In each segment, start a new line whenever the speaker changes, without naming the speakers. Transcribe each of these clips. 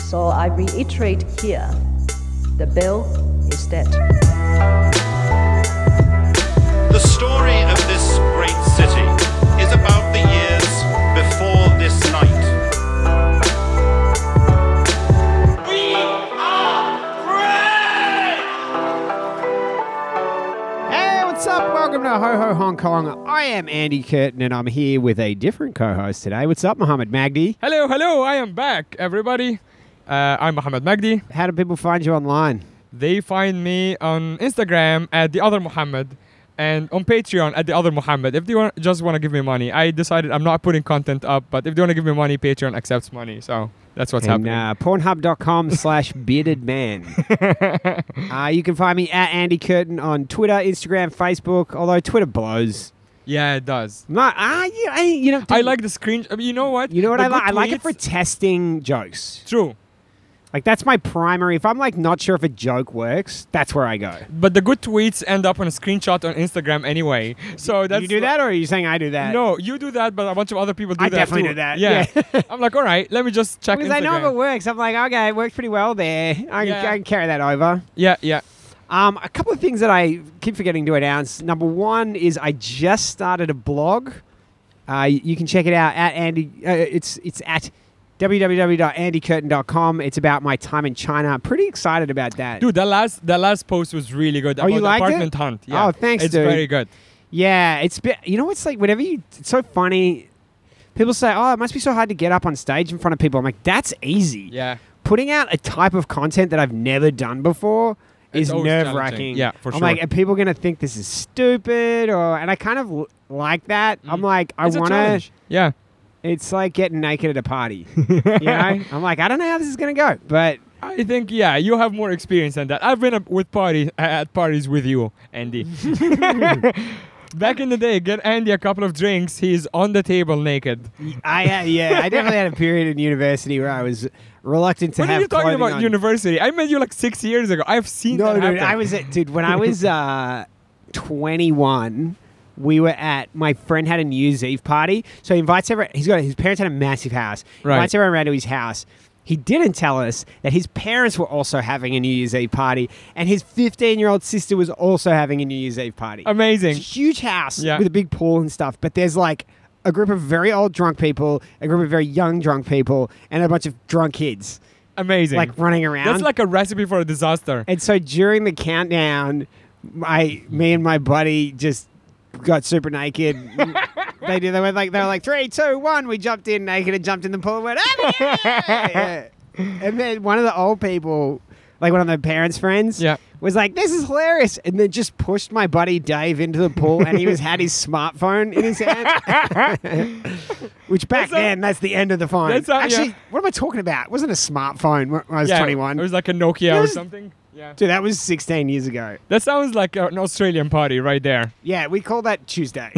So I reiterate here the bill is dead.
The story of this great city is about the years before this night.
We are
Hey, what's up? Welcome to Ho Ho Hong Kong. I am Andy Curtin and I'm here with a different co host today. What's up, Mohammed Magdi?
Hello, hello, I am back, everybody. Uh, I'm Mohammed Magdi.
How do people find you online?
They find me on Instagram at the other Mohammed and on Patreon at the other Mohammed. If they want, just want to give me money, I decided I'm not putting content up, but if they want to give me money, Patreon accepts money. So that's what's
and
happening.
uh, pornhub.com slash bearded man. uh, you can find me at Andy Curtin on Twitter, Instagram, Facebook, although Twitter blows.
yeah, it does.
I'm Not, ah, you, I, you know,
I like the screen. I mean, you know what?
You know what
The
I like?
good
I like it for
tweets-
testing jokes.
True.
Like that's my primary. If I'm like not sure if a joke works, that's where I go.
But the good tweets end up on a screenshot on Instagram anyway. So that's
you do that, or are you saying I do that?
No, you do that, but a bunch of other people do
I
that.
definitely
too.
do that,
Yeah.
yeah.
I'm like, all right, let me just check
Because I know if
Instagram."
it works, I'm like, okay, it works pretty well there. I, can,
Yeah.
I can carry that over.
Yeah, yeah.
Um, a couple of things that I keep forgetting to announce. Number one is I just started a blog. Uh, you can check it out at Andy. Uh, it's it's at www.andycurtain.com. It's about my time in China. I'm pretty excited about that.
Dude, that last that last post was really good.
Oh, you
about the
liked it?
apartment hunt. Yeah.
Oh, thanks,
It's
dude.
very good.
Yeah, it's been, you know it's like whenever you it's so funny. People say, "Oh, it must be so hard to get up on stage in front of people." I'm like, "That's easy."
Yeah.
Putting out a type of content that I've never done before
It's
is
always
nerve wracking.
challenging. Yeah, for
I'm like,
sure.
are people gonna think this is stupid? Or and I kind of l- like that. I'm like, I
Mm-hmm. It's a
want to.
challenge. Yeah.
It's like getting naked at a party. you know, I'm like, I don't know how this is gonna go, but
I think yeah, you have more experience than that. I've been up with parties at parties with you, Andy. Back in the day, get Andy a couple of drinks. He's on the table naked.
I uh, yeah, I definitely had a period in university where I was reluctant to
When
have
are you talking
clothing
about
on.
university? I met you like six years ago. I've seen
No,
that
dude,
happen.
I was at dude when I was uh, 21. We were at my friend had a New Year's Eve party, so he invites everyone. He's got his parents had a massive house. He
Right.
Invites everyone around to his house. He didn't tell us that his parents were also having a New Year's Eve party, and his 15 year old sister was also having a New Year's Eve party.
amazing.
It's a huge house
Yeah.
with a big pool and stuff, but there's like a group of very old drunk people, a group of very young drunk people, and a bunch of drunk kids
Amazing.
like running around.
That's like a recipe for a disaster.
And so during the countdown, my me and my buddy just got super naked. they did. They went like they were like three, two, one. We jumped in naked and jumped in the pool and went. "Ah, yeah, yeah, yeah." And then one of the old people, like one of the parents' friends,
Yeah.
was like, "This is hilarious," and then just pushed my buddy Dave into the pool, and he was had his smartphone in his hand. Which back
That's how-
then, that's the end of the phone.
That's how- yeah.
Actually, what am I talking about? It wasn't a smartphone when I was
yeah,
21.
It was like a Nokia or
was-
something. Yeah.
Dude, that was 16 years ago.
That sounds like an Australian party right there.
Yeah, we call that Tuesday.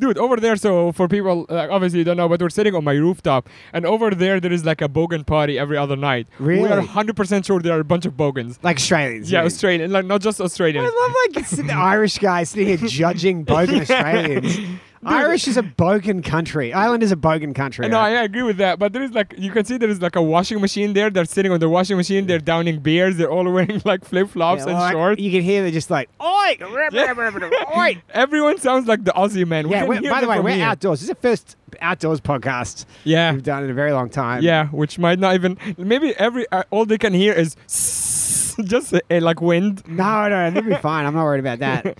Dude, over there, so for people, uh, obviously you don't know, but we're sitting on my rooftop, and over there, there is like a bogan party every other night. We are
Really?
100% sure there are a bunch of bogans.
like Australians.
Yeah,
you mean.
Australian, like not just Australian.
I love like it's the Irish guy sitting here judging bogan Australians. Irish is a bogan country. Ireland is a bogan country.
No, I
right?
I agree with that, but there is like, you can see there is like a washing machine there. They're sitting on the washing machine, they're downing beers, they're all wearing like flip flops
Yeah, well, I-
and shorts.
You can hear they're just like, oi, rub, rub, rub, rub, oi.
Everyone sounds like the Aussie man. We
Yeah,
can
we're,
hear
by the
them
way,
from
we're
here.
outdoors. This is the first outdoors podcast
Yeah.
we've done in a very long time.
Yeah, which might not even maybe every uh, all they can hear is just uh, like wind.
No, no, it'll be fine. I'm not worried about that.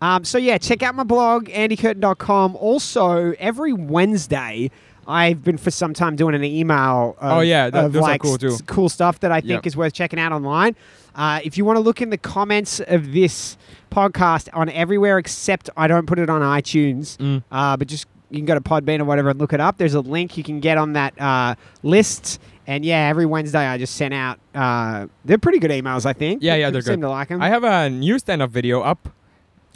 Um, so yeah, check out my blog, andycurtin.com. Also, every Wednesday, I've been for some time doing an email. Of,
Oh, yeah, that-
of,
those are
like
cool, too.
s- cool stuff that I think
Yeah.
is worth checking out online. Uh, if you want to look in the comments of this podcast on everywhere except I don't put it on iTunes,
Mm.
uh, but just you can go to Podbean or whatever and look it up. There's a link you can get on that uh, list. And yeah, every Wednesday I just sent out. Uh, they're pretty good emails, I think.
Yeah, yeah,
People
they're
seem
good.
to like them.
I have a new stand-up video up.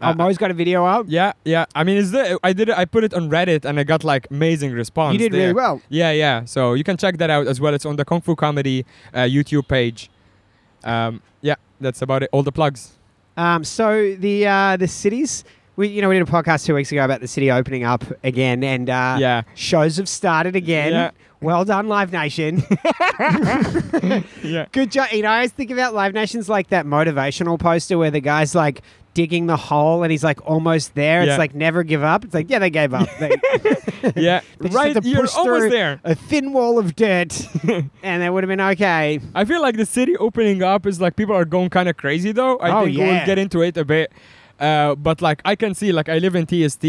Oh, Mo's got a video up.
Yeah, yeah. I mean, is the I did it. I put it on Reddit, and I got like amazing response.
You did really
there.
well.
Yeah, yeah. So you can check that out as well. It's on the Kung Fu Comedy uh, YouTube page. Um, yeah, that's about it. All the plugs.
Um, so the uh, the cities, we you know we did a podcast two weeks ago about the city opening up again, and uh,
Yeah.
shows have started again.
Yeah.
Well done, Live Nation.
Yeah.
Good job. You know, I always think about Live Nation's like that motivational poster where the guy's like digging the hole and he's like almost there.
Yeah.
It's like never give up. It's like, yeah, they gave up. They,
Yeah.
they just
right.
had to
You're
push
almost
through
there.
A thin wall of dirt and they would have been okay.
I feel like the city opening up is like people are going kind of crazy though. I
Oh,
think
yeah.
we'll get into it a bit. Uh, but like I can see, like I live in TST,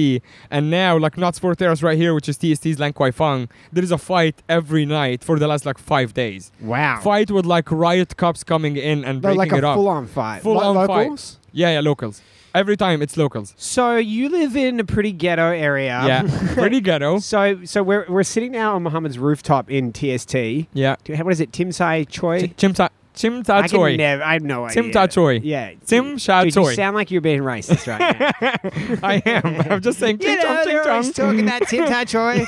and now like Knott's Fort Terrace right here, which is TST's Lang Kwai Fang, there is a fight every night for the last like five days.
Wow.
Fight with like riot cops coming in and
They're
breaking
like a
it up.
full on fight.
Full
Lo-
on
locals?
fight. Yeah, yeah, locals. Every time it's locals.
So you live in a pretty ghetto area.
yeah, pretty ghetto.
So so we're, we're sitting now on Muhammad's rooftop in TST.
Yeah,
Do- What is it? Tim Sai Choi?
Ch- Chimta
I
Chimta
can
Choi.
never. I have no idea.
Tim Ta Choi.
Yeah.
Tim Sha
Dude,
Choi.
you sound like you're being racist right now.
I am. I'm just saying.
you
Ching chong,
know,
ching
they're always
chong.
talking that Tim Ta Choi.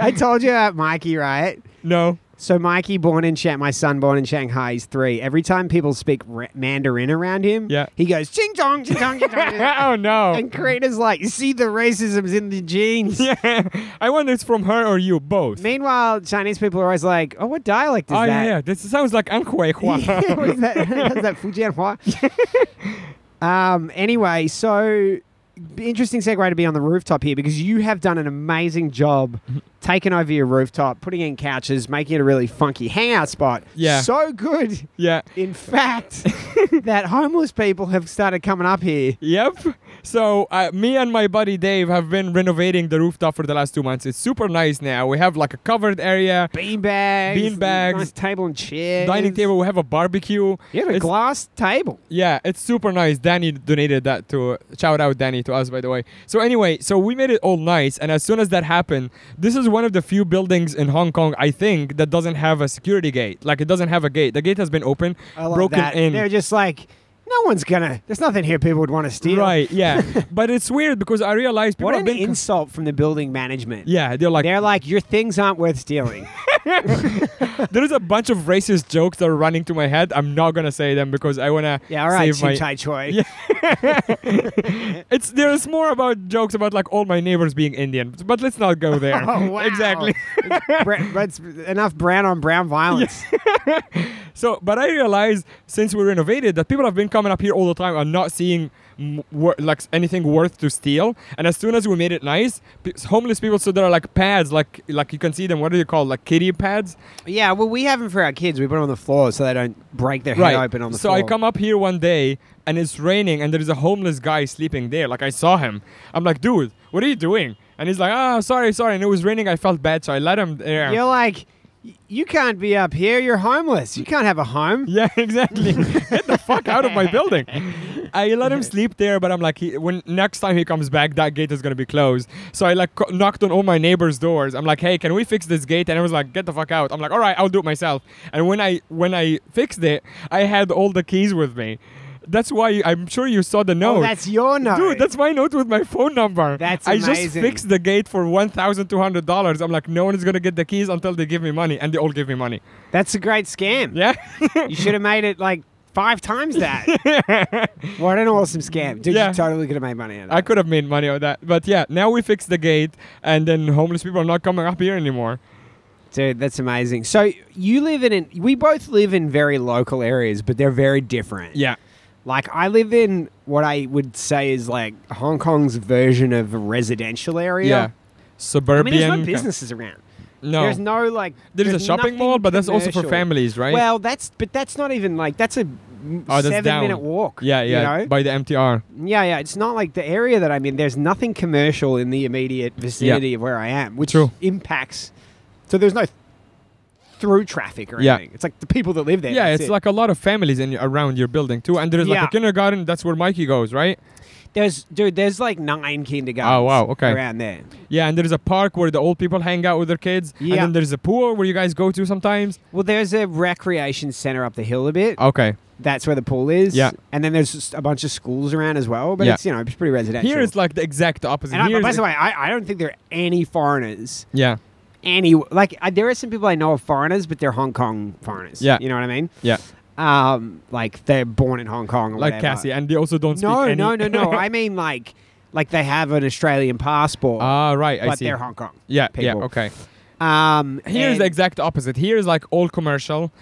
I told you about Mikey, right?
No.
So Mikey, born in Shanghai, my son born in Shanghai, he's three. Every time people speak ra- Mandarin around him,
Yeah.
he goes, ching chong, ching chong, ching chong.
oh no.
and Karina's like, you see the racism's in the genes.
Yeah, I wonder it's from her or you both.
Meanwhile, Chinese people are always like, oh, what dialect is
oh
that?
yeah, yeah, this sounds like Anhui Hua.
what is that? Is that Fujian Hua? um, anyway, so interesting segue to be on the rooftop here because you have done an amazing job taking over your rooftop, putting in couches, making it a really funky hangout spot.
Yeah.
So good.
yeah.
In fact, that homeless people have started coming up here.
Yep. So uh, me and my buddy Dave have been renovating the rooftop for the last two months. It's super nice now. We have like a covered area,
Bean bags.
Bean bags.
Nice table and chairs.
dining table. We have a barbecue.
You had a
It's-
glass table.
Yeah, it's super nice. Danny donated that to shout out Danny to us by the way. So anyway, so we made it all nice and as soon as that happened, this is one of the few buildings in Hong Kong I think that doesn't have a security gate. Like it doesn't have a gate. The gate has been open,
I love
broken
that.
in.
They're just like, no one's gonna. There's nothing here. People would want to steal.
Right, yeah. but it's weird because I realized people
What
have
an
been
insult from the building management.
Yeah, they're like
They're like, your things aren't worth stealing.
there is a bunch of racist jokes that are running to my head. I'm not gonna say them because I wanna
yeah, all right,
save my
Chim Tai Choi.
Yeah. It's there's more about jokes about like all my neighbors being Indian. But let's not go there.
Oh, wow.
Exactly.
Bra- that's enough brown on brown violence.
So, but I realized since we renovated that people have been coming up here all the time and not seeing m- wor- like s- anything worth to steal. And as soon as we made it nice, p- homeless people so there are like pads, like like you can see them. What are they called? Like kitty pads,
Yeah. well, we have them for our kids. We put them on the floor so they don't break their head open on the
so
floor.
I come up here one day and it's raining and there is a homeless guy sleeping there. Like I saw him. I'm like, dude, what are you doing? And he's like, ah, sorry, sorry. And it was raining. I felt bad, so I let him there.
You're like, "Y- you can't be up here. You're homeless. You can't have a home.
Yeah, exactly. Get the fuck out of my building. I let him sleep there, but I'm like, he, when next time he comes back, that gate is gonna be closed. So I like co- knocked on all my neighbors' doors. I'm like, hey, can we fix this gate? And I was like, get the fuck out. I'm like, all right, I'll do it myself. And when I when I fixed it, I had all the keys with me. That's why I'm sure you saw the note.
Oh, that's your note.
Dude, that's my note with my phone number.
That's
I just
amazing.
fixed the gate for one thousand two hundred dollars. I'm like, no one is gonna get the keys until they give me money, and they all give me money.
That's a great scam.
Yeah,
You should have made it like five times that. what an awesome scam. Dude,
Yeah.
you totally could have made money out of that.
I could have made money on that. But yeah, now we fixed the gate, and then homeless people are not coming up here anymore.
Dude, that's amazing. So you live in an, we both live in very local areas, but they're very different.
Yeah.
Like I live in what I would say is like Hong Kong's version of a residential area.
Yeah.
I
Suburban.
mean, there's no businesses around.
No.
There's no like.
There is
there's
a shopping
nothing
mall, but that's also for
commercial.
families, right?
Well, that's but that's not even like that's a
Oh, that's
seven
down.
minute walk.
yeah, yeah,
You know?
by the MTR.
yeah, yeah. It's not like the area that I'm in. There's nothing commercial in the immediate vicinity of where I am, which
True.
impacts. So there's no through traffic or
Yeah.
anything. It's like the people that live there.
Yeah,
that's
it's
it.
like a lot of families in around your building too, and there is like
Yeah.
a kindergarten. That's where Mikey goes, right?
There's dude, there's like nine kindergartens.
Oh, wow, okay.
Around there.
Yeah, and there is a park where the old people hang out with their kids, and
Yeah.
then there's a pool where you guys go to sometimes.
Well, there's a recreation center up the hill a bit.
Okay,
That's where the pool is.
Oh. Yeah.
And then there's just a bunch of schools around as well. But
Yeah.
it's you know it's pretty residential.
here it's like the exact opposite.
and I,
Here
by
is-
the way, I, I don't think there are any foreigners.
yeah,
Any like I, there are some people I know are foreigners, but they're Hong Kong foreigners.
Yeah.
You know what I mean?
yeah,
Um, like they're born in Hong Kong. Or
like
whatever.
Cassie, and they also don't speak
No,
any-
no, no, no. I mean like like they have an Australian passport,
ah, right, I
but
see.
they're Hong Kong.
yeah,
people.
yeah, okay.
Um,
Here's
and-
the exact opposite. Here is like all commercial.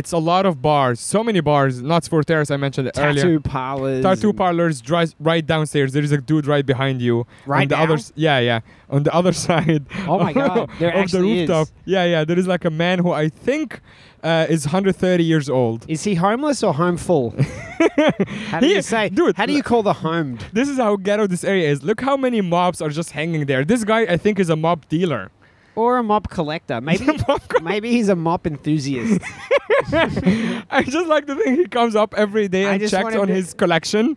It's a lot of bars, so many bars. Nuts for Terrace, I mentioned it
tattoo
earlier.
parlors.
Tattoo
and-
parlors dri- right downstairs. There is a dude right behind you.
Right
on the
now?
other s- yeah, yeah. On the other side.
Oh my God, there
of the
actually is.
rooftop. Yeah, yeah. There is like a man who I think uh, is 130 years old.
Is he homeless or homeful? how do
He-
you say?
dude,
how do you call the homed?
This is how ghetto this area is. Look how many mobs are just hanging there. This guy, I think, is a mob dealer.
Or a mop collector? Maybe maybe he's a mop enthusiast.
I just like to think he comes up every day
I
and
just
checks
wanted
on
to-
his collection.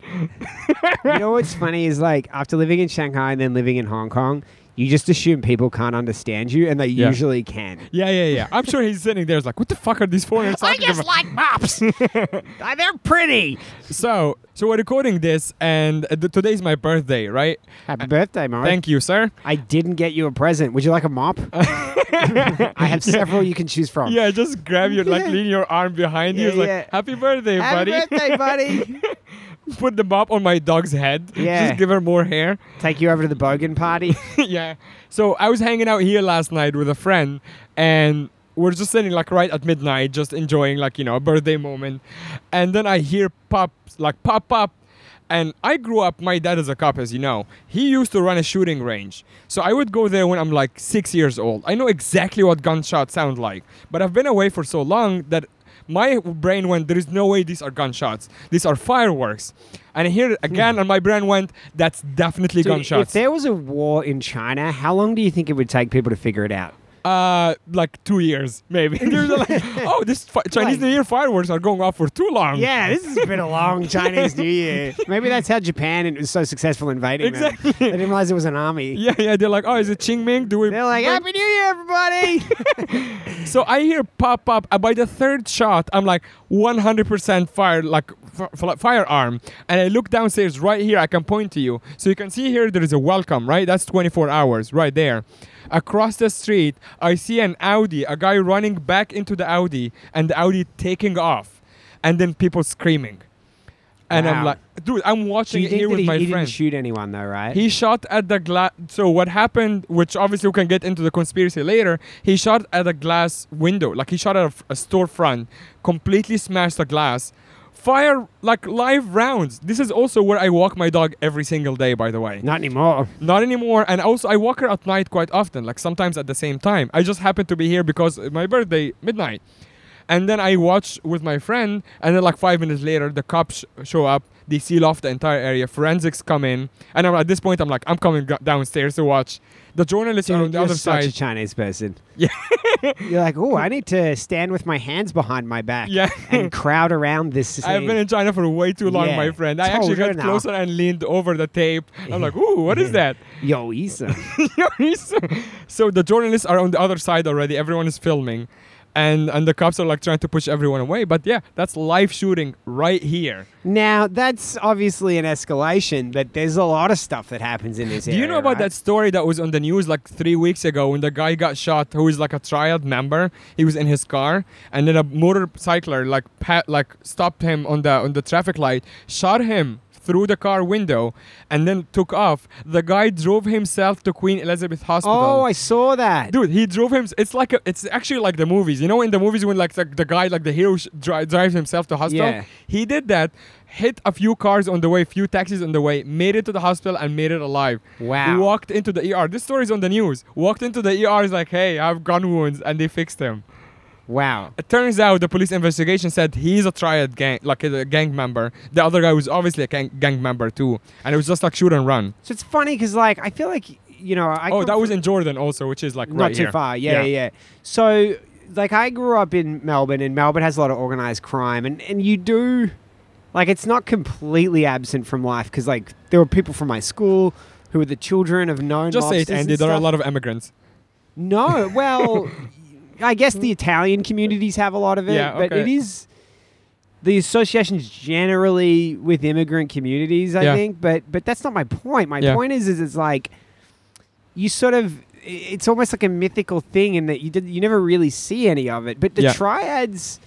you know what's funny is like after living in Shanghai and then living in Hong Kong, you just assume people can't understand you, and they
Yeah.
usually can.
Yeah, yeah, yeah. I'm sure he's sitting there. He's like, what the fuck are these foreigners talking about?
like mops. They're pretty.
so, so we're recording this, and uh, th- today's my birthday, right?
Happy birthday, Mike.
Thank you, sir.
I didn't get you a present. Would you like a mop? I have several you can choose from.
Yeah, just grab your like,
Yeah.
lean your arm behind you.
Yeah,
It's like,
yeah.
happy birthday,
Happy
buddy.
birthday, buddy.
Put the mop on my dog's head.
Yeah.
Just give her more hair.
Take you over to the Bogan party.
yeah. So I was hanging out here last night with a friend, and we're just sitting like right at midnight, just enjoying like you know a birthday moment, and then I hear pop like pop pop. And I grew up, my dad is a cop, as you know. He used to run a shooting range. So I would go there when I'm like six years old. I know exactly what gunshots sound like. But I've been away for so long that my brain went, there is no way these are gunshots. These are fireworks. And here again, and my brain went, that's definitely
Dude,
gunshots.
If there was a war in China, how long do you think it would take people to figure it out?
Uh, like two years, maybe. They're like, oh, this fi- Chinese
Like-
New Year fireworks are going off for too long.
Yeah, this has been a long Chinese New Year. Maybe that's how Japan and- was so successful invading
Exactly.
them. They didn't realize it was an army.
Yeah, yeah. They're like, oh, is it Qingming? Do we?
They're like, Happy New Year, everybody!
so I hear pop up. And by the third shot, I'm like 100% fire, like f- f- firearm. And I look downstairs right here. I can point to you. So you can see here there is a welcome, right? That's 24 hours right there. Across the street, I see an Audi, a guy running back into the Audi, and the Audi taking off. And then people screaming. And
Wow.
I'm like, dude, I'm
Do
watching
you
it
think
here
that
with
he,
my
he
friend.
didn't shoot anyone, though, right?
He shot at the glass. So what happened, which obviously we can get into the conspiracy later, he shot at a glass window. Like he shot at a, f- a storefront, completely smashed the glass. Fire like live rounds. This is also where I walk my dog every single day, by the way.
Not anymore.
Not anymore. And also, I walk her at night quite often, like sometimes at the same time. I just happen to be here because of my birthday, midnight. And then I watch with my friend, and then like five minutes later, the cops sh- show up. They seal off the entire area. Forensics come in, and I'm, at this point, I'm like, I'm coming go- downstairs to watch. The journalists are on
Dude,
the
you're
other
such a
side.
Chinese person.
Yeah.
you're like, oh, I need to stand with my hands behind my back
Yeah.
and crowd around this scene.
I've been in China for way too long,
Yeah.
my friend. I actually
Told you
got
now.
closer and leaned over the tape. I'm like, ooh, what is that?
Yo, Issa.
so, so the journalists are on the other side already. Everyone is filming, and and the cops are like trying to push everyone away. But yeah, that's live shooting right here.
now, that's obviously an escalation, but there's a lot of stuff that happens in this
Do you know about that story that was on the news like three weeks ago when the guy got shot, who is like a triad member? He was in his car, and then a motorcycler like pat, like stopped him on the on the traffic light, shot him through the car window, and then took off. The guy drove himself to Queen Elizabeth Hospital.
Oh, I saw that.
Dude, he drove him. It's like a, it's actually like the movies. You know, in the movies when like the, the guy, like the hero, sh- dri- drives himself to hospital.
Yeah.
He did that, hit a few cars on the way, few taxis on the way, made it to the hospital and made it alive.
Wow.
Walked into the ER. This story's on the news. Walked into the ER. Is like, hey, I have gun wounds, and they fixed him.
Wow.
It turns out the police investigation said he's a triad gang, like a gang member. The other guy was obviously a gang, gang member too, and it was just like shoot and run.
So it's funny because, like, I feel like, you know, I
oh,
come
that was
from-
in Jordan also, which is like
not
right
too
here.
far. Yeah, yeah, yeah. So, like, I grew up in Melbourne, and Melbourne has a lot of organized crime, and and you do, like, it's not completely absent from life because, like, there were people from my school who were the children of known.
Just say it,
mobsters and
Andy. There are a
stuff.
lot of immigrants.
No, well, I guess the Italian communities have a lot of it,
Yeah,
but it
okay.
is the associations generally with immigrant communities. I
Yeah.
think, but but that's not my point. My
Yeah.
point is, is it's like you sort of it's almost like a mythical thing in that you did you never really see any of it. But the
Yeah.
triads.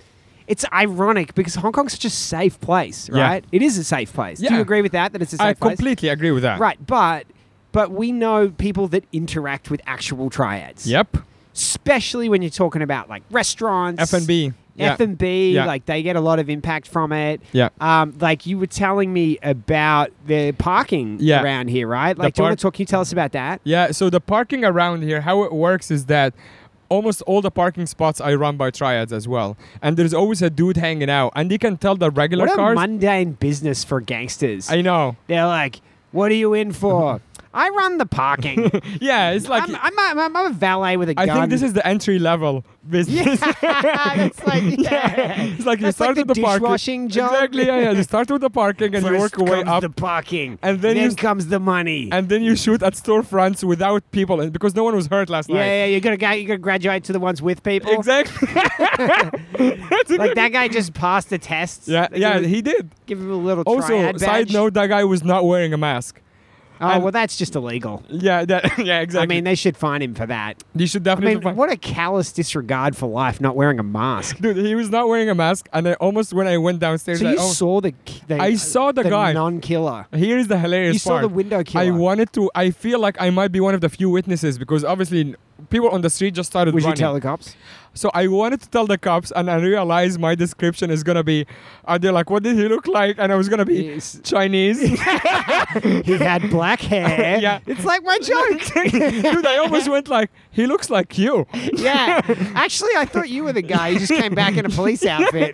It's ironic because Hong Kong's such a safe place,
Yeah.
right? It is a safe place. Do
Yeah.
you agree with that? That it's a safe
I
place?
completely agree with that.
Right, but but we know people that interact with actual triads.
Yep.
especially when you're talking about like restaurants,
F and B.
F and B,
Yeah.
like they get a lot of impact from it.
Yeah.
Um, like you were telling me about the parking
Yeah.
around here, right?
The
Like, do you want
park-
to talk? Can you tell us about that?
Yeah, so the parking around here, how it works is that almost all the parking spots are run by triads as well. And there's always a dude hanging out. And you can tell the regular
What a
cars.
mundane business for gangsters.
I know.
They're like, "What are you in for?" I run the parking.
Yeah, it's like.
I'm, I'm, a, I'm a valet with a
I
gun.
think this is the entry level business.
it's like
it's like you
That's
start
like the
with the parking.
dishwashing job.
Exactly. Yeah, yeah. You start with the parking and you work
First
your way
comes
up.
the parking,
and then you s-
comes the money.
and then you shoot at storefronts without people and because no one was hurt last
yeah,
night.
yeah, you're gonna go, you're gonna graduate to the ones with people.
Exactly.
Like that guy just passed the test.
yeah,
Give
yeah,
him-
he did.
give him a little
Also,
triad
side
badge.
note, that guy was not wearing a mask.
Oh
and-
well, that's just illegal.
Yeah, that, yeah,
I
exactly.
mean, they should fine him for that.
you should
I
definitely.
mean,
find-
what a callous disregard for life, not wearing a mask.
Dude, he was not wearing a mask, and I almost when I went downstairs,
So
I,
you
oh,
saw the, ki- the
I saw the guy.
non-killer.
here is the hilarious
You saw
part.
the window
I
killer.
wanted to. I feel like I might be one of the few witnesses because obviously n- people on the street just started
Would you
running.
tell the cops?
so I wanted to tell the cops, and I realized my description is gonna be. Are they like, what did he look like? And I was gonna be
Yes.
Chinese.
He had black hair.
Yeah.
it's like my joke.
Dude, I almost went like, he looks like you.
yeah, actually, I thought you were the guy. You just came back in a police outfit.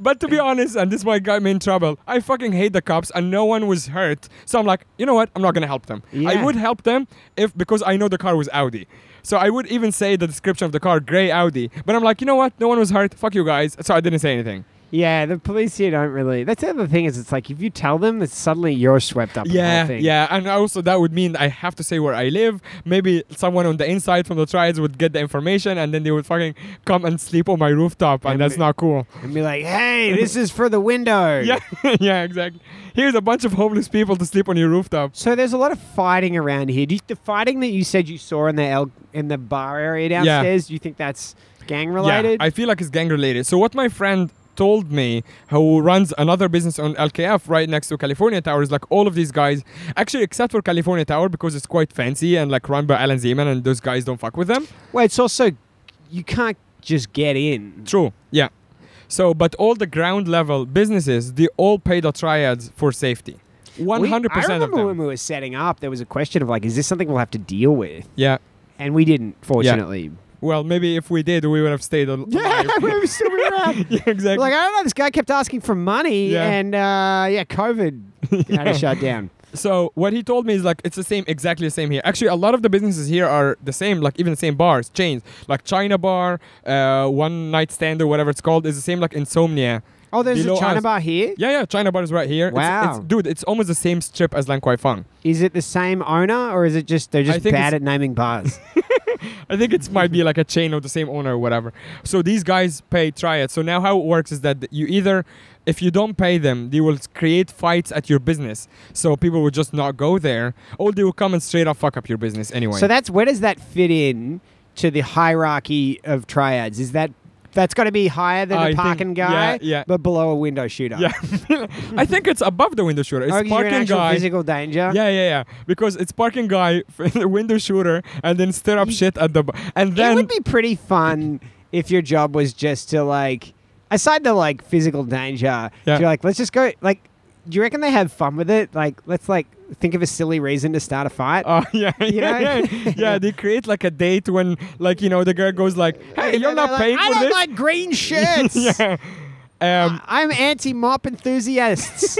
But to be honest, and this might got me in trouble. I fucking hate the cops, and no one was hurt. So I'm like, you know what? I'm not gonna help them. I
Yeah.
would help them if because I know the car was Audi. So I would even say the description of the car, gray Audi. But I'm like, you know what? No one was hurt. Fuck you guys. So I didn't say anything.
Yeah, the police here don't really. That's the other thing is, it's like if you tell them, that suddenly you're swept up. in the whole
Yeah,
thing.
yeah, and also that would mean I have to say where I live. Maybe someone on the inside from the triads would get the information, and then they would fucking come and sleep on my rooftop, and
And
that's
we-
not cool.
and be like, "Hey, this is for the window."
Yeah, yeah, exactly. Here's a bunch of homeless people to sleep on your rooftop.
So there's a lot of fighting around here. Do you, the fighting that you said you saw in the L, in the bar area downstairs, do you think that's gang related?
Yeah, I feel like it's gang related. So what my friend told me who runs another business on LKF right next to California Tower is like all of these guys actually except for California Tower because it's quite fancy and like run by Alan Zeman and those guys don't fuck with them.
well, it's also you can't just get in.
True. Yeah. So but all the ground level businesses they all pay the triads for safety.
We-
100%
I
of
remember
them.
when we were setting up, there was a question of like, "Is this something we'll have to deal with?"
yeah.
And we didn't, fortunately.
Well, maybe if we did, we would have stayed al- alive.
we were still around.
yeah, exactly.
Like I don't know, this guy kept asking for money,
Yeah.
and uh, yeah, COVID had it shut down.
So what he told me is like it's the same, exactly the same here. Actually, a lot of the businesses here are the same, like even the same bars, chains, like China Bar, uh, One Night Stand or whatever it's called, is the same like Insomnia.
Oh, there's
Below
a China
us.
bar here. Is
Yeah, yeah, China Bar is right here. It's- It's,
Wow.
dude, it's almost the same strip as Lankwai Fang.
it the same owner, or is it just they're just
think
bad
it's-
at naming bars?
I think it might be like a chain of the same owner or whatever. So these guys pay triad. So now how it works is that you either, if you don't pay them, they will create fights at your business. So people will just not go there, or they will come and straight up fuck up your business anyway.
so that's where does that fit in to the hierarchy of triads? Is that that's got to be higher than
I
a
think-
parking guy,
yeah, yeah.
but below a window shooter?
Yeah, I think it's above the window shooter. It's
Oh, 'cause you're in
parking
actual
guy.
physical danger.
Yeah, yeah, yeah. Because it's parking guy, window shooter, and then stir up shit at the b- and
it
then
would be pretty fun if your job was just to like aside the like physical danger
Yeah.
you're like let's just go like do you reckon they have fun with it like let's like think of a silly reason to start a fight
Oh yeah, yeah,
know?
yeah, yeah. They create like a date when, like, you know, the girl goes like, "Hey, you're
And
not
they're
paying
like,
for
I don't
this."
like Ah. green shirts
yeah. Um,
I'm anti-mop enthusiasts.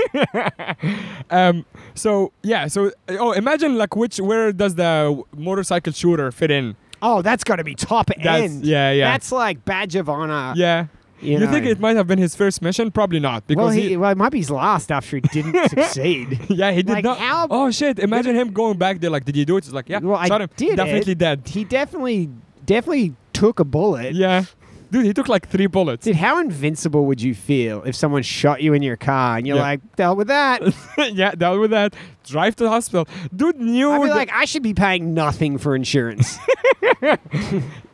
um, so yeah, so oh, imagine like which where does the motorcycle shooter fit in?
oh, that's got to be top
That's-
end.
yeah, yeah.
That's like badge of honor.
Yeah,
You
you,
know.
think it might have been his first mission? Probably not, because
Well,
he,
he, well, it might be his last after he didn't succeed.
Yeah, he did
Like,
not.
how-
oh shit! Imagine him going back there. Like, did you do it? It's like, yeah,
Well, I
shot him.
did
Definitely
it.
dead.
He definitely, definitely took a bullet.
Yeah, dude, he took like three bullets.
Dude, how invincible would you feel if someone shot you in your car and you're
Yeah.
like, dealt with that?
yeah, dealt with that. Drive to the hospital. Dude knew.
I'd be
the-
like, I should be paying nothing for insurance.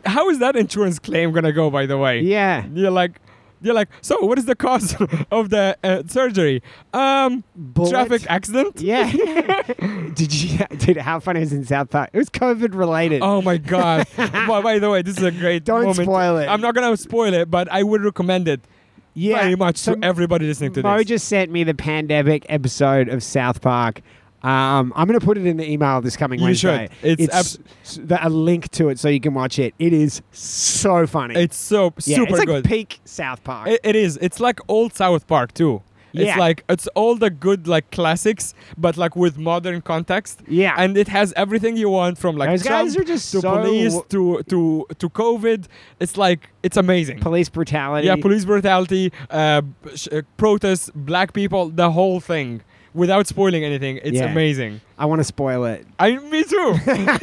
how is that insurance claim gonna go? By the way,
yeah.
you're like, They're like, so what is the cause of the uh, surgery? Um,
Bullet?
traffic accident.
Yeah. did you? Dude, how funny was in South Park? It was COVID related.
Oh my god! by, by the way, this is a great.
Don't
moment.
spoil it.
I'm not gonna spoil it, but I would recommend it
yeah.
very much
so
to everybody listening to
Mo
this.
just sent me the pandemic episode of South Park. Um, I'm going to put it in the email this coming
You
Wednesday.
should. It's abs-
s- the, a link to it so you can watch it. It is so funny.
it's so
yeah,
super
it's like
good.
peak South Park.
It, it is. It's like old South Park too.
Yeah.
It's like it's all the good like classics, but like with modern context.
Yeah.
And it has everything you want from like
Those
Trump
guys are just
to
so-
police to to to COVID. It's like it's amazing.
police brutality.
yeah, police brutality, uh, b- sh- uh, protests, black people, the whole thing. Without spoiling anything, it's
Yeah.
amazing.
I want to spoil it.
I me too.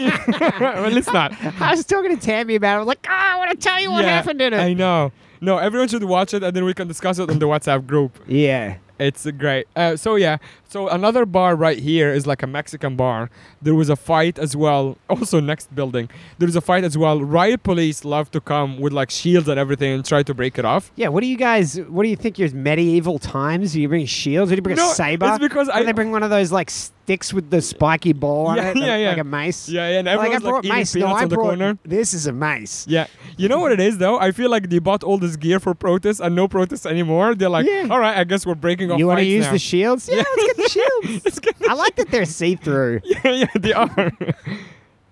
well, it's not.
I was talking to Tammy about it. I was like, ah, I want to tell you what
Yeah,
happened in it.
I know. No, everyone should watch it, and then we can discuss it on the WhatsApp group.
yeah.
It's great. Uh, so yeah, so another bar right here is like a Mexican bar. There was a fight as well. Also next building, there was a fight as well. Riot police love to come with like shields and everything and try to break it off.
Yeah, what do you guys? What do you think? Your medieval times? Do you bring shields? Do you bring
No,
a saber?
it's because
Or
I-
they bring one of those like sticks with the spiky ball on
Yeah,
it, the-
yeah, yeah.
like a mace.
Yeah, yeah, and
like I
everyone's like,
brought
eating
mace. No,
peanuts
I
on the
brought
corner.
this is a mace.
Yeah, you know what it is though. I feel like they bought all this gear for protests and no protests anymore. They're like,
Yeah.
all right, I guess we're breaking off.
You
want to
use the shields? Yeah, let's get the shields. I like that they're see through.
yeah, yeah, they are.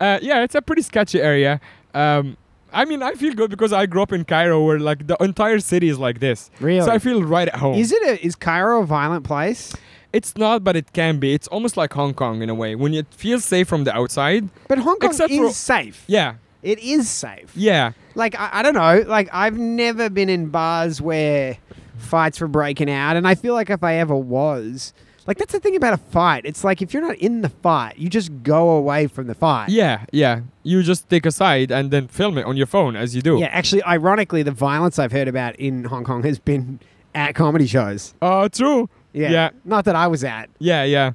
uh, yeah, it's a pretty sketchy area. Um, I mean, I feel good because I grew up in Cairo, where like the entire city is like this.
Really?
So I feel right at home.
Is it a, is Cairo a violent place?
It's not, but it can be. It's almost like Hong Kong in a way. When it feels safe from the outside.
But Hong Kong
Except
is
for-
safe.
Yeah,
It is safe.
yeah.
Like I, I don't know. Like I've never been in bars where fights were breaking out, and I feel like if I ever was, like that's the thing about a fight. It's like if you're not in the fight, you just go away from the fight.
Yeah, yeah. You just take a side and then film it on your phone as you do.
Yeah. Actually, ironically, the violence I've heard about in Hong Kong has been at comedy shows.
Oh, true.
Yeah.
Yeah.
Not that I was at,
Yeah, yeah.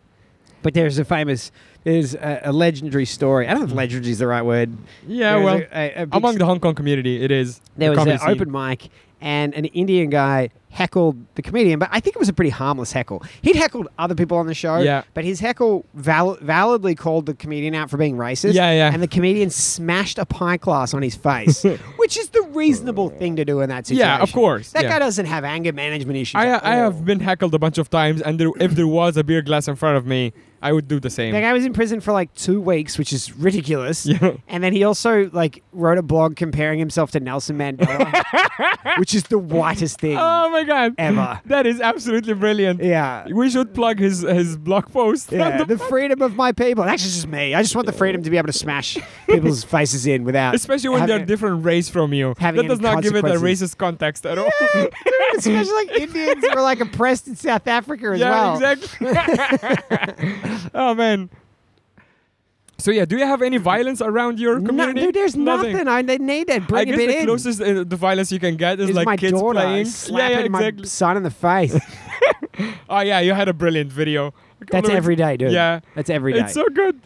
but there's a famous, there's a, a legendary story. I don't know if legendary is the right word.
Yeah,
There was
well,
a- a- a big
among the Hong Kong community, it is.
there
the
was an
comedy scene.
open mic and an Indian guy heckled the comedian, but I think it was a pretty harmless heckle. He'd heckled other people on the show,
Yeah.
but his heckle val- validly called the comedian out for being racist.
Yeah, yeah.
And the comedian smashed a pie glass on his face, which is the reasonable thing to do in that situation.
Yeah, of course,
That
yeah.
guy doesn't have anger management issues. at
I, I
all.
have been heckled a bunch of times, and there, if there was a beer glass in front of me, I would do the same.
That guy was in prison for like two weeks, which is ridiculous.
Yeah.
And then he also like wrote a blog comparing himself to Nelson Mandela, which is the whitest thing.
Oh my god!
Ever.
That is absolutely brilliant.
yeah.
We should plug his his blog post.
Yeah, the freedom of my people. That's just me. I just want the freedom to be able to smash people's faces in without.
Especially when they're
having-
different race from you.
having
That does
any
not give it a
consequences.
racist context at all.
Especially like Indians were like oppressed in South Africa as
yeah,
well.
exactly. oh man. So yeah, do you have any violence around your
No,
community?
dude, there's nothing. I, they need that.
I
Bring
guess
a bit
the
in.
closest uh, the violence you can get is,
Is
like
my
kids
daughter
playing.
slapping
yeah, yeah,
my
exactly.
son in the face.
Oh yeah, you had a brilliant video.
That's every day, dude.
Yeah.
that's every day.
It's so good.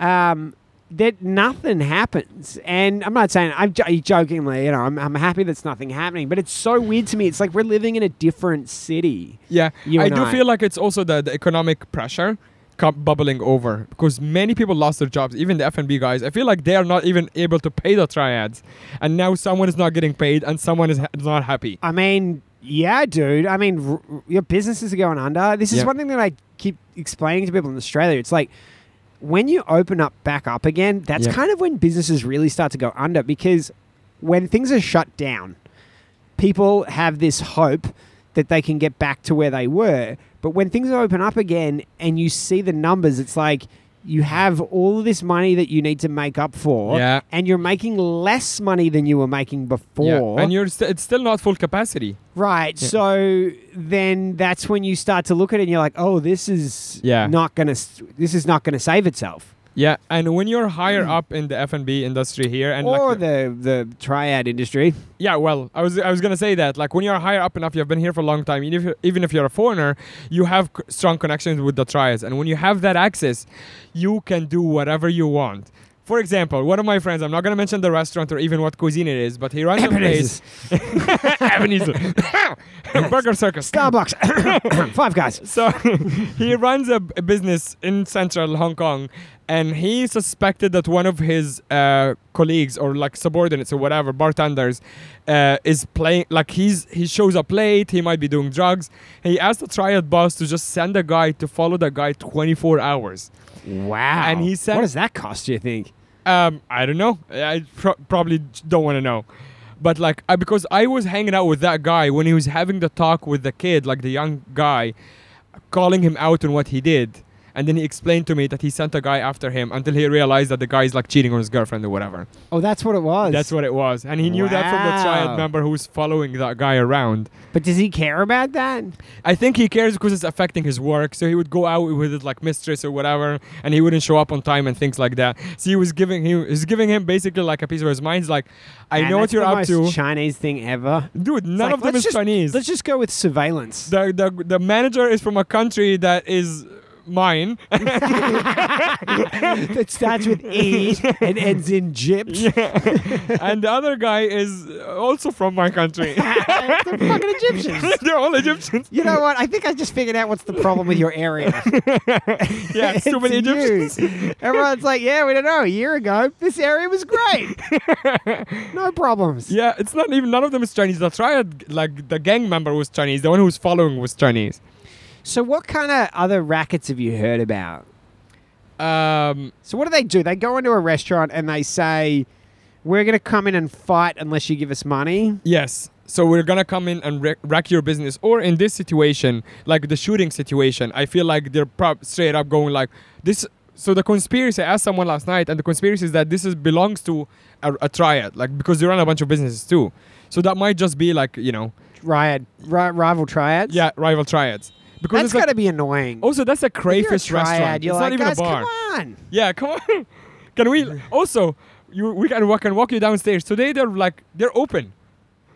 um, that nothing happens. And I'm not saying I'm jo- jokingly, you know, I'm, I'm happy that's nothing happening, but it's so weird to me. It's like we're living in a different city.
Yeah,
You
I
and
do
I.
feel like it's also the, the economic pressure cu- bubbling over because many people lost their jobs, even the F&B guys. I feel like they are not even able to pay the triads, and now someone is not getting paid and someone is ha- not happy.
I mean, yeah, dude. I mean, r- r- your businesses are going under. This is
Yeah.
one thing that I keep explaining to people in Australia. It's like when you open up back up again, that's
Yeah.
kind of when businesses really start to go under because when things are shut down, people have this hope that they can get back to where they were. But when things open up again and you see the numbers, it's like you have all this money that you need to make up for,
Yeah.
and you're making less money than you were making before.
yeah, and you're st- it's still not full capacity.
Right.
Yeah.
So then that's when you start to look at it and you're like, "Oh, this is
Yeah.
not going to this is not going to save itself."
Yeah, and when you're higher up in the F&B industry here, and
Hmm. or
like,
the the triad industry.
Yeah, well, I was I was gonna say that like when you're higher up enough, you've been here for a long time. Even if you're, even if you're a foreigner, you have c- strong connections with the triads, and when you have that access, you can do whatever you want. For example, one of my friends, I'm not going to mention the restaurant or even what cuisine it is, but he runs a place. Ebenezer. Burger Circus.
Starbucks. Five guys.
So he runs a, b- a business in central Hong Kong, and he suspected that one of his uh, colleagues or like subordinates or whatever bartenders uh, is playing. Like he's he shows up late. He might be doing drugs. He asked the triad boss to just send a guy to follow the guy 24 hours.
Wow.
And he said-
What does that cost, do you think?
Um, I don't know. I pro- probably j- don't want to know. But like, I, because I was hanging out with that guy when he was having the talk with the kid, like the young guy, calling him out on what he did, and then he explained to me that he sent a guy after him until he realized that the guy is like cheating on his girlfriend or whatever.
Oh, that's what it was.
That's what it was, and he knew that from the
Wow.
child member who was following that guy around.
But does he care about that?
I think he cares because it's affecting his work. So he would go out with his like mistress or whatever, and he wouldn't show up on time and things like that. So he was giving he was giving him basically like a piece of his mind. He's like, I
Man,
know what
that's
you're
the
up
most
to,
Chinese thing ever.
dude. None
It's like,
of them
let's
is
just-
Chinese.
Let's just go with surveillance.
The, the the manager is from a country that is mine.
that starts with E and ends in gyps.
and the other guy is also from my country.
They're fucking Egyptians.
They're all Egyptians.
You know what? I think I just figured out what's the problem with your area.
Yeah,
It's
stupid Egyptians.
you. Everyone's like, yeah, we don't know. A year ago, this area was great. no problems.
Yeah, it's not even none of them is Chinese. The triad like the gang member was Chinese. The one who was following was Chinese.
So, what kind of other rackets have you heard about?
Um,
So, what do they do? They go into a restaurant and they say, we're going to come in and fight unless you give us money.
Yes. So we're gonna come in and wreck, wreck your business. Or in this situation, like the shooting situation, I feel like they're prob- straight up going like this. So the conspiracy. I asked someone last night, and the conspiracy is that this is belongs to a, a triad, like because they run a bunch of businesses too. So that might just be like you know,
Riot, ri- rival triads.
yeah, rival triads. Because
That's
it's like-
got to be annoying.
also that's a
If you're a
crayfish restaurant.
triad, You're
it's
like,
not even
guys,
a bar.
come on.
Yeah, come on. can we also? You, we can walk, can walk you downstairs today. They're like they're open.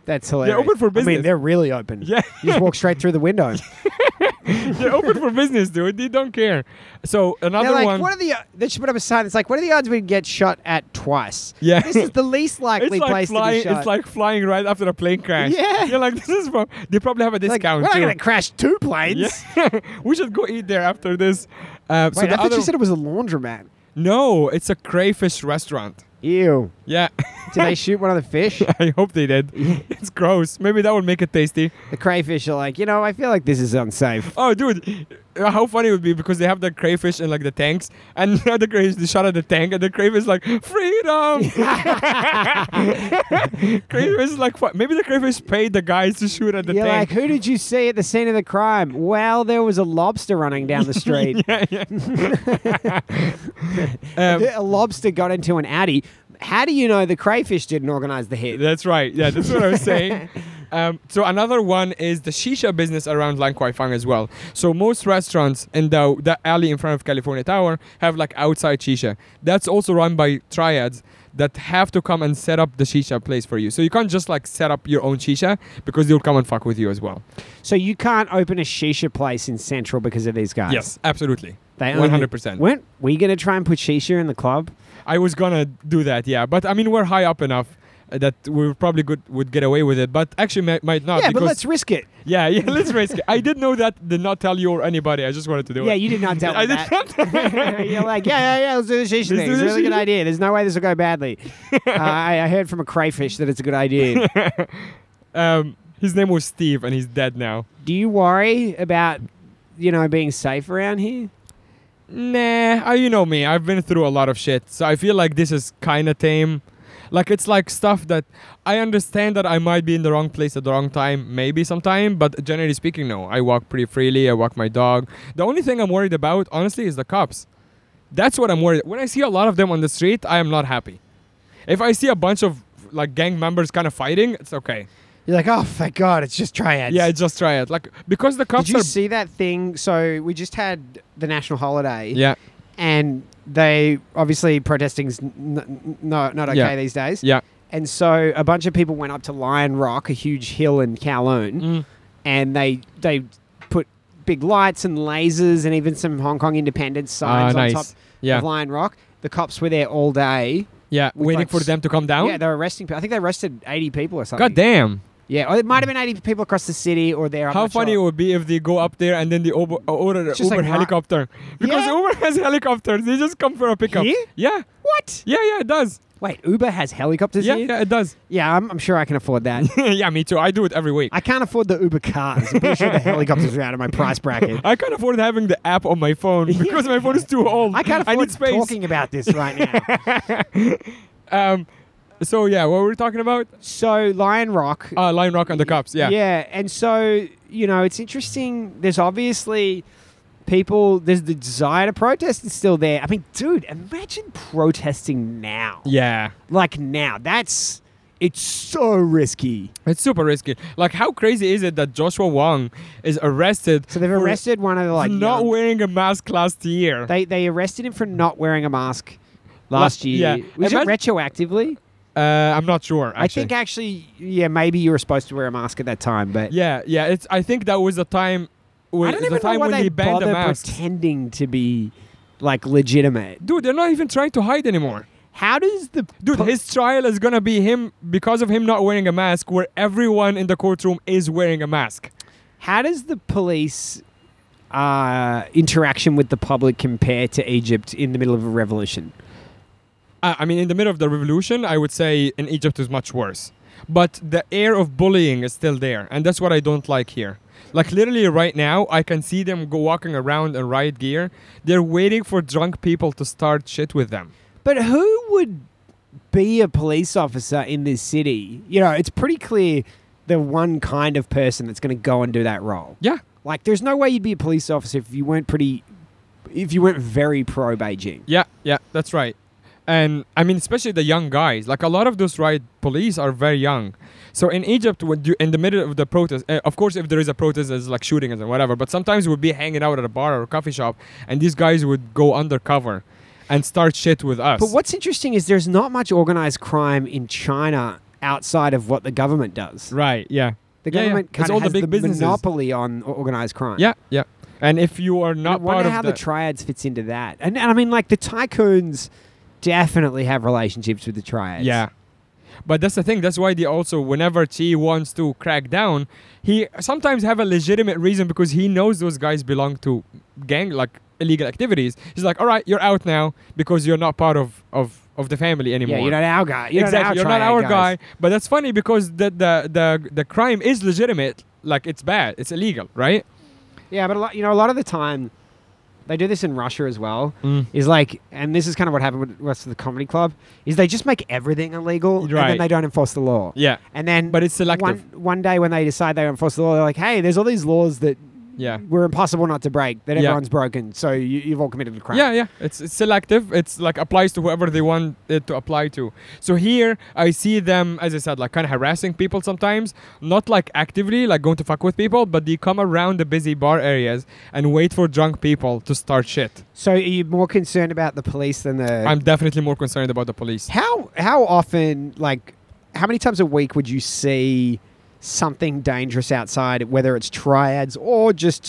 That's hilarious.
open
I
for
mean,
business.
they're really open.
Yeah.
You just walk straight through the window.
They're open for business, dude. They don't care. So another
They're like,
one.
what are the? They should put up a sign. It's like, what are the odds we get shot at twice?
Yeah.
This is the least
it's
likely
like
place
flying.
to be shot.
It's like flying right after a plane crash.
Yeah.
You're like, this is from. They probably have a
Like, we're
discount
not
too.
gonna crash two planes.
Yeah. we should go eat there after this. Uh, so
Wait,
the
I thought
other
you said it was a laundromat.
no, it's a crayfish restaurant.
Ew.
Yeah,
Did they shoot one of the fish?
I hope they did. it's gross. Maybe that would make it tasty.
The crayfish are like, you know, I feel like this is unsafe.
Oh, dude, uh, how funny it would be because they have the crayfish in like the tanks, and the crayfish they shot at the tank, and the crayfish is like freedom. crayfish is like what? Maybe the crayfish paid the guys to shoot at the
You're like,
tank.
who did you see at the scene of the crime? Well, there was a lobster running down the street.
Um,
A lobster got into an Audi. How do you know the crayfish didn't organize the hit?
that's right. Yeah, that's what I was saying. Um, so another one is the shisha business around Lang Kwai Fang as well. So most restaurants in the, the alley in front of California Tower have like outside shisha. That's also run by triads that have to come and set up the shisha place for you. So you can't just like set up your own shisha because they'll come and fuck with you as well.
So you can't open a shisha place in Central because of these guys.
Yes, absolutely.
They only-
One hundred percent.
Weren't we going to try and put shisha in the club?
I was gonna do that, yeah. But I mean, we're high up enough uh, that we probably good would get away with it. But actually, might, might not.
yeah, but
because-
let's risk it.
Yeah, yeah, let's risk it. I did know that. Did not tell you or anybody. I just wanted to do it.
Yeah, you did not tell me
I did
that.
not.
You're like, yeah, yeah, yeah, let's do the shisha
Let's
thing.
do
It's a
the
really good
shisha.
idea. There's no way this will go badly. uh, I, I heard from a crayfish that it's a good idea.
Um, his name was Steve, and he's dead now.
do you worry about, you know, being safe around here?
Nah, I, you know me. I've been through a lot of shit, so I feel like this is kind of tame. Like it's like stuff that I understand that I might be in the wrong place at the wrong time, maybe sometime. But generally speaking, no. I walk pretty freely. I walk my dog. The only thing I'm worried about, honestly, is the cops. That's what I'm worried. When I see a lot of them on the street, I am not happy. If I see a bunch of like gang members kind of fighting, it's okay.
You're like, oh, thank God, it's just triads.
Yeah, just try it. Like because the cops
Did you
are.
see that thing? So we just had the national holiday.
yeah,
And they obviously protesting's n- n- no, not okay
Yeah.
these days.
yeah.
And so a bunch of people went up to Lion Rock, a huge hill in Kowloon,
Mm.
and they they put big lights and lasers and even some Hong Kong independence
Ah,
signs on
nice.
top
Yeah.
of Lion Rock. the cops were there all day.
Yeah,
With,
waiting
like,
for
s-
them to come down.
Yeah, they were arresting. pe- I think they arrested eighty people or something.
God damn!
Yeah, or it might have been eighty people across the city or there. I'm
How
not
funny
sure.
it would be if they go up there and then they over, uh, order a
It's just
Uber
like ri-
helicopter because
Yeah.
Uber has helicopters. They just come for a pickup.
Here?
Yeah,
What?
yeah, yeah. It does.
Wait, Uber has helicopters
yeah,
here.
yeah, it does.
Yeah, I'm, I'm sure I can afford that.
yeah, me too. I do it every week.
I can't afford the Uber cars. I'm pretty sure the helicopters are out of my price bracket.
I can't afford having the app on my phone because my phone is too old.
I can't afford
I need space.
talking about this right now.
Um, so yeah, what were we talking about?
so Lion Rock.
Uh, Lion Rock and the Cops. Yeah.
Yeah, and so you know it's interesting. There's obviously people. There's the desire to protest is still there. I mean, dude, imagine protesting now.
Yeah.
Like now, that's it's so risky.
It's super risky. Like, how crazy is it that Joshua Wong is arrested?
So they've
for
arrested one of the like
not
young-
wearing a mask last year.
they they arrested him for not wearing a mask last
La-
year.
yeah.
Was
Imagine-
it retroactively?
uh, I'm not sure. Actually.
I think actually, yeah, maybe you were supposed to wear a mask at that time, but
Yeah, yeah. It's. I think that was the time. When,
I don't
the
even know
time
why
when
they
they banned the
bother
masks.
pretending to be like legitimate.
Dude, they're not even trying to hide anymore.
How does the
Dude,
po-
his trial is gonna be him because of him not wearing a mask, where everyone in the courtroom is wearing a mask.
How does the police uh, interaction with the public compare to Egypt in the middle of a revolution?
Uh, I mean, in the middle of the revolution, I would say in Egypt is much worse. But the air of bullying is still there, and that's what I don't like here. Like literally right now, I can see them go walking around in riot gear. They're waiting for drunk people to start shit with them.
But who would be a police officer in this city? You know, it's pretty clear the one kind of person that's going to go and do that role.
Yeah,
Like, there's no way you'd be a police officer if you weren't pretty, if you weren't very pro Beijing.
yeah, yeah. That's right. And I mean, especially the young guys. Like a lot of those riot police are very young. So in Egypt, when you, in the middle of the protest, uh, of course, if there is a protest, it's like shootings and whatever. But sometimes we'd be hanging out at a bar or a coffee shop, and these guys would go undercover and start shit with us.
But what's interesting is there's not much organized crime in China outside of what the government does.
Right.
The
Yeah. Yeah, yeah.
government
It's
kind
all
of
the
has
big
the
businesses.
monopoly on o- organized crime.
Yeah. Yeah. And if you are
I
not part
wonder
of
how
the,
the triads fits into that. And, and I mean, like the tycoons definitely have relationships with the triads.
yeah. But that's the thing. That's why they also, whenever Chi wants to crack down, he sometimes have a legitimate reason because he knows those guys belong to gang like illegal activities. He's like, all right, you're out now because you're not part of of, of the family anymore.
yeah. You're not our guy. You're Not our
exactly. you're not
triad
our
guys.
guy. But that's funny because the, the the the crime is legitimate. Like it's bad. It's illegal, right?
Yeah, but a lot, you know, a lot of the time, they do this in Russia as well.
Mm.
Is like, and this is kind of what happened with the rest of the comedy club. Is they just make everything illegal, and
Right.
then they don't enforce the law.
Yeah.
And then,
But it's selective.
One, one day when they decide they enforce the law, they're like, "Hey, there's all these laws that
Yeah.
were impossible not to break that
Yeah.
everyone's broken, so you, you've all committed a crime."
Yeah, yeah. It's, it's selective. It's like applies to whoever they want it to apply to. So here I see them, as I said, like kind of harassing people sometimes. Not like actively, like going to fuck with people, but they come around the busy bar areas and wait for drunk people to start shit.
So are you more concerned about the police than the?
I'm definitely more concerned about the police.
how how often like how many times a week would you see something dangerous outside, whether it's triads or just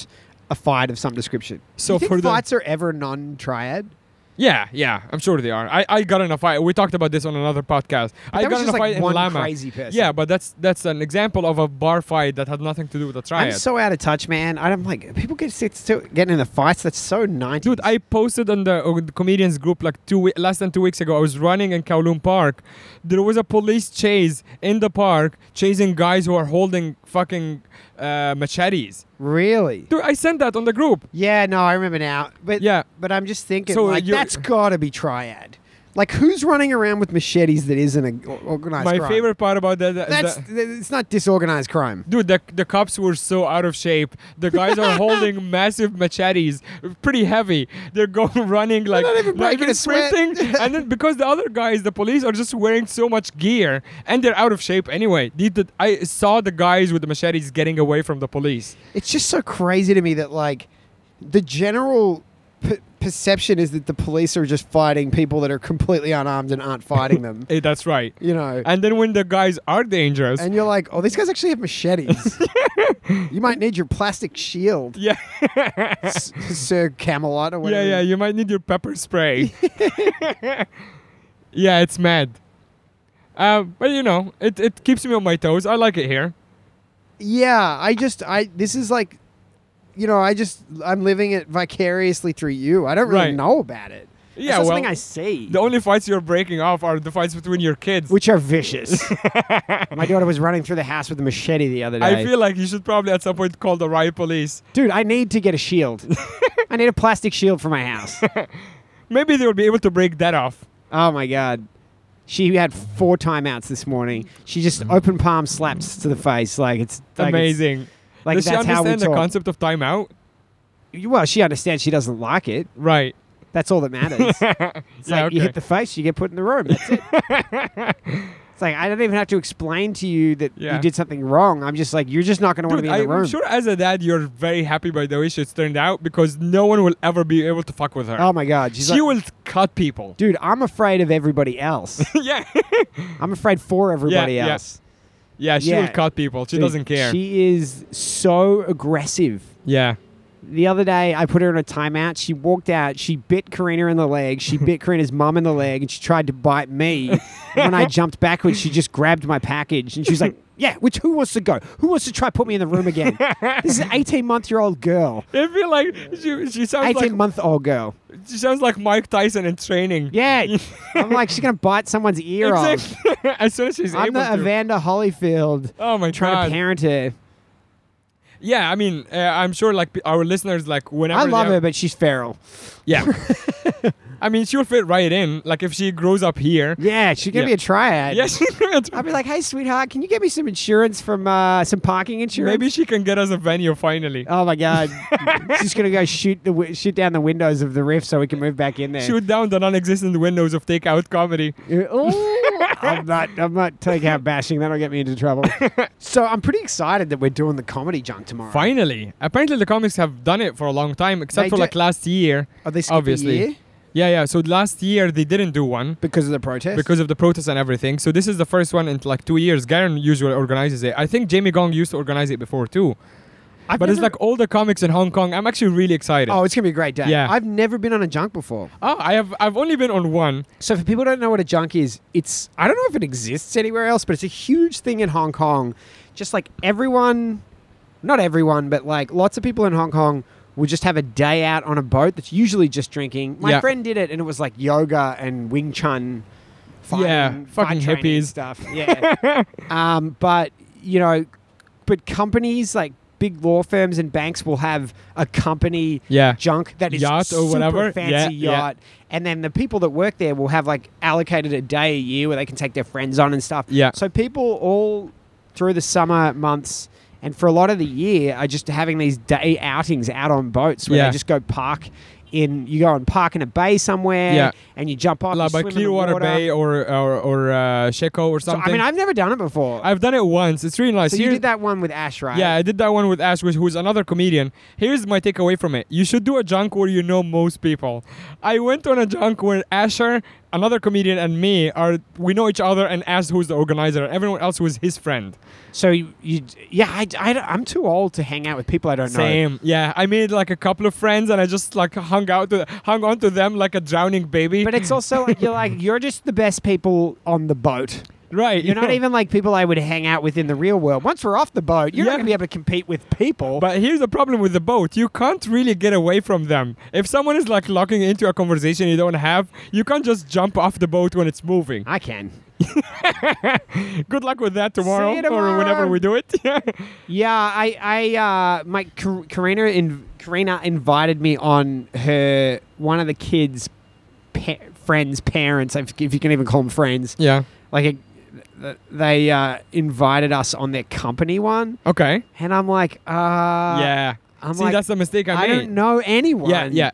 a fight of some description?
So
you think
for the-
fights are ever non-triad.
Yeah, yeah. I'm sure they are. I, I got in a fight. We talked about this on another podcast. I
that
got
was
in a
just, like,
fight
one
in Lama.
crazy person.
Yeah, but that's that's an example of a bar fight that had nothing to do with a
I'm
triad.
so out of touch, man. I'm like, people get sit- still getting in the fights. That's so 90s.
Dude, I posted on the, on the comedians group like two we- less than two weeks ago. I was running in Kowloon Park. There was a police chase in the park, chasing guys who are holding fucking uh, machetes.
really.
Dude, I sent that on the group.
Yeah, no, I remember now. But
Yeah.
but I'm just thinking
So
like
you're-
that's got to be triad. Like who's running around with machetes that isn't a or- organized
My
crime?
favorite part about that, that-
That's
that-
th- it's not disorganized crime.
dude, the, the cops were so out of shape. The guys are holding massive machetes, pretty heavy. They're going running like
not even breaking a sweat.
sprinting. and then because the other guys, the police are just wearing so much gear and they're out of shape anyway. They did- I saw the guys with the machetes getting away from the police.
It's just so crazy to me that like the general p- perception is that the police are just fighting people that are completely unarmed and aren't fighting them.
Eh, that's right.
you know,
And then when the guys are dangerous,
and you're like, oh, these guys actually have machetes. you might need your plastic shield,
yeah,
S- Sir Camelot or
yeah,
whatever.
yeah, you might need your pepper spray. yeah, it's mad. Uh, but you know, it, it keeps me on my toes. I like it here.
Yeah, I just I this is like you know, I just I'm living it vicariously through you. I don't really
Right.
know about it. That's
Yeah,
not
well,
something I see.
the only fights you're breaking off are the fights between your kids.
which are vicious. My daughter was running through the house with a machete the other day.
I feel like you should probably at some point call the riot police.
Dude, I need to get a shield. I need a plastic shield for my house.
Maybe they will be able to break that off.
Oh my god. She had four timeouts this morning. She just open palm slaps to the face like it's like it's-
Mm-hmm. Amazing.
Like
Does she
that's how we
understand the
talk.
concept of timeout?
Well, she understands she doesn't like it.
Right.
That's all that matters. It's
Yeah,
like you
okay.
hit the face, you get put in the room. That's it. it's like I don't even have to explain to you that
Yeah.
you did something wrong. I'm just like you're just not going to want to
Dude,
be in the
I'm
room.
sure as a dad, you're very happy by the way she's turned out because no one will ever be able to fuck with her.
Oh my god, she's
she
like,
will cut people.
dude. I'm afraid of everybody else.
yeah.
I'm afraid for everybody
yeah.
else.
yeah, she will
Yeah.
cut people. She
Dude,
doesn't care.
She is so aggressive.
yeah.
The other day, I put her in a timeout. She walked out. She bit Karina in the leg. She bit Karina's mum in the leg, and she tried to bite me. And when I jumped backwards, she just grabbed my package, and she was like, "Yeah, which who wants to go? Who wants to try put me in the room again? this is an eighteen-month-year-old girl,
I feel like she, she sounds like
eighteen-month-old girl.
she sounds like Mike Tyson in training.
Yeah, I'm like she's gonna bite someone's ear off.
Exactly. as soon as she's
I'm
able
the
to.
Evander Holyfield
Oh my
trying
god.
to parent her.
Yeah, I mean, uh, I'm sure like p- our listeners, like whenever
I love
they
her,
have-
but she's feral.
Yeah, I mean, she'll fit right in. Like if she grows up here,
Yeah, she's gonna
Yeah.
be a triad.
yes,
I'd be like, hey, sweetheart, can you get me some insurance from uh, some parking insurance?
maybe she can get us a venue finally.
Oh my god, she's gonna go shoot the wi- shoot down the windows of the rift so we can move back in there.
Shoot down the non-existent windows of takeout comedy.
Ooh, I'm not. I'm not taking out bashing. That'll get me into trouble. so I'm pretty excited that we're doing the comedy junk tomorrow.
Finally, apparently the comics have done it for a long time, except
They
for
do-
like last year.
Are they skipping
obviously.
year
Yeah, yeah. So last year they didn't do one
because of the protest?
because of the protests and everything. So this is the first one in like two years. Garen usually organizes it. I think Jamie Gong used to organize it before too.
I've
but it's
never-
like all the comics in Hong Kong. I'm actually really excited.
oh, it's gonna be a great day.
Yeah.
I've never been on a junk before.
Oh, I have. I've only been on one.
So for people who don't know what a junk is, it's I don't know if it exists anywhere else, but it's a huge thing in Hong Kong. Just like everyone, not everyone, but like lots of people in Hong Kong will just have a day out on a boat that's usually just drinking. My
Yeah.
friend did it, and it was like yoga and Wing Chun. Fighting,
Yeah,
fight
fucking
training
hippies.
stuff. Yeah, um, but you know, but companies like big law firms and banks will have a company
Yeah.
junk that is
Yacht or
super
whatever.
fancy
Yeah, yeah.
yacht and then the people that work there will have like allocated a day a year where they can take their friends on and stuff.
Yeah.
So people all through the summer months and for a lot of the year are just having these day outings out on boats where
Yeah.
they just go park in you go and park in a bay somewhere
Yeah.
and you jump off
Like
you
by
swim in the
Clearwater
water.
Bay or or or uh, Sheco or
So,
something.
I mean I've never done it before.
I've done it once. It's really nice.
so you
Here-
did that one with Ash, right?
Yeah, I did that one with Ash, which- who's another comedian. Here's my takeaway from it: you should do a junk where you know most people. I went on a junk where Asher, another comedian, and me are we know each other, and Ash, who's the organizer, and everyone else was his friend.
So you, you yeah, I, am too old to hang out with people I don't know.
Same. Yeah, I made like a couple of friends, and I just like hung out to hung on to them like a drowning baby.
But it's also like you're like you're just the best people on the boat.
right.
You're not
yeah.
even like people I would hang out with in the real world. Once we're off the boat, you're
Yeah.
not going to be able to compete with people.
But here's the problem with the boat. You can't really get away from them. If someone is like locking into a conversation you don't have, you can't just jump off the boat when it's moving.
I can.
Good luck with that tomorrow,
See you tomorrow.
or whenever we do it. Yeah.
Yeah, I, I, uh, my Kar- Karina, in, Karina invited me on her one of the kids' pa- friends' parents, if if you can even call them friends.
yeah.
Like, a, they uh, invited us on their company one,
Okay.
and I'm like, uh, yeah,
yeah.
I'm
See,
like,
that's the mistake I,
I
made.
don't know anyone.
Yeah, yeah,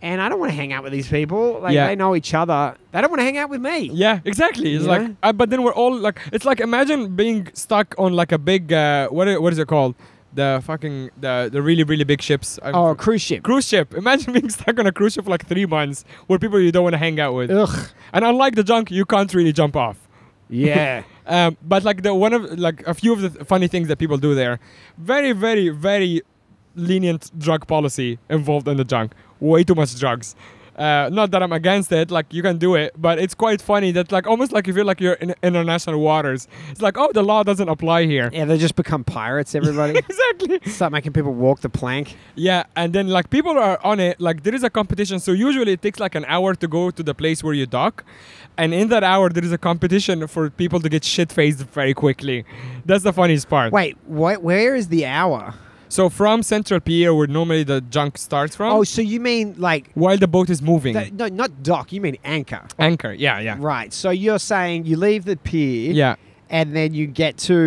and I don't want to hang out with these people. Like
Yeah.
they know each other. They don't want to hang out with me.
yeah. Exactly. It's
Yeah.
like, uh, but then we're all like, it's like imagine being stuck on like a big, uh, what i- what is it called? the fucking the, the really really big ships. I'm-
Oh, cruise ship.
cruise ship. Imagine being stuck on a cruise ship for like three months with people you don't want to hang out with.
Ugh.
And unlike the junk, you can't really jump off.
Yeah.
Um, but like the one of like a few of the th- funny things that people do there, very very very lenient drug policy involved in the junk. Way too much drugs. Uh, not that I'm against it. Like you can do it, but it's quite funny that like almost like you feel like you're in international waters. It's like oh the law doesn't apply here.
yeah, they just become pirates, everybody.
Exactly.
Start making people walk the plank.
Yeah, and then like people are on it. Like there is a competition, so usually it takes like an hour to go to the place where you dock, and in that hour there is a competition for people to get shit faced very quickly. That's the funniest part.
Wait, what? Where is the hour?
So from Central Pier, where normally the junk starts from,
Oh, so you mean like
while the boat is moving,
that, no, not dock? You mean anchor?
anchor. Yeah, yeah,
Right. So you're saying you leave the pier,
yeah,
and then you get to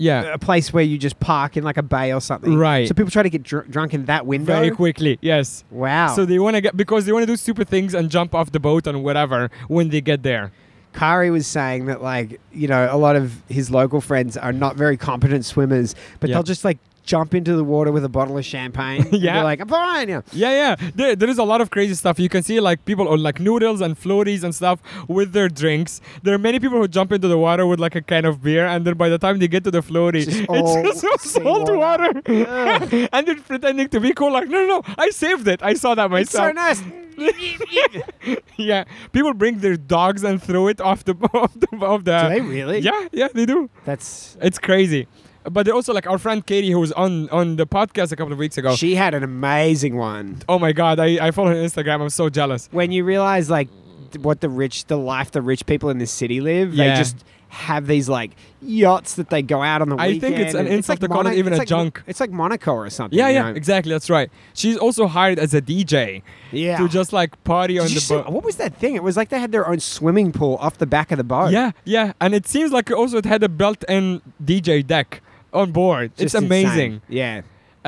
yeah.
a place where you just park in like a bay or something,
Right.
So people try to get dr- drunk in that window.
Very quickly. Yes.
Wow.
So they want to get because they want to do stupid things and jump off the boat and whatever when they get there.
Kari was saying that like you know a lot of his local friends are not very competent swimmers, but
Yeah.
they'll just like jump into the water with a bottle of champagne. and be
Yeah.
like I'm fine. Yeah.
Yeah, yeah. There, there is a lot of crazy stuff. You can see like people on like noodles and floaties and stuff with their drinks. There are many people who jump into the water with like a can of beer, and then by the time they get to the
It's
floaty,
just all
it's just salt
seawater.
water, and they're pretending to be cool. Like, no, no, no, I saved it. I saw that
It's so
myself.
nice.
yeah, people bring their dogs and throw it off the off the. Off the
Do they really?
Yeah, yeah, they do.
That's
It's crazy. But they're also like our friend Katie, who was on on the podcast a couple of weeks ago.
she had an amazing one.
oh my god, I I follow her on Instagram. I'm so jealous.
when you realize like th- what the rich the life the rich people in this city live
Yeah.
they just have these like yachts that they go out on the
I
weekend
think it's an
and
insult to call it
Monaco-
even
it's
a
like-
junk.
it's like Monaco or something
Yeah,
you
yeah,
know?
exactly. That's right. She's also hired as a DJ
yeah
to just like party on
Did you
the
see-
boat.
what was that thing it was like they had their own swimming pool off the back of the boat
Yeah, yeah, and it seems like also it had a built-in DJ deck on board.
Just
it's
insane.
amazing.
yeah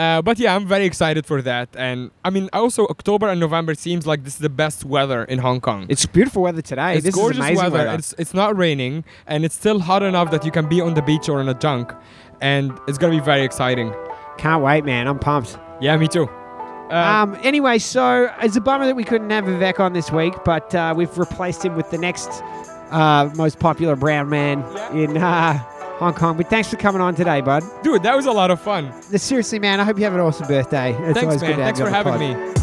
Uh, but yeah, I'm very excited for that. And I mean, also October and November seems like this is the best weather in Hong Kong.
it's beautiful weather today
It's
this
gorgeous
is amazing weather,
It's it's not raining and it's still hot enough that you can be on the beach or on a junk, and it's gonna be very exciting.
can't wait man I'm pumped
Yeah, me too. Uh,
um, anyway so it's a bummer that we couldn't have Vivek on this week but uh, we've replaced him with the next uh, most popular brown man in uh, Hong Kong but thanks for coming on today bud
dude, that was a lot of fun.
Seriously, man, I hope you have an awesome birthday. It's
Thanks,
always
man.
good to have
Thanks
you
for
on the
having
pod.
me.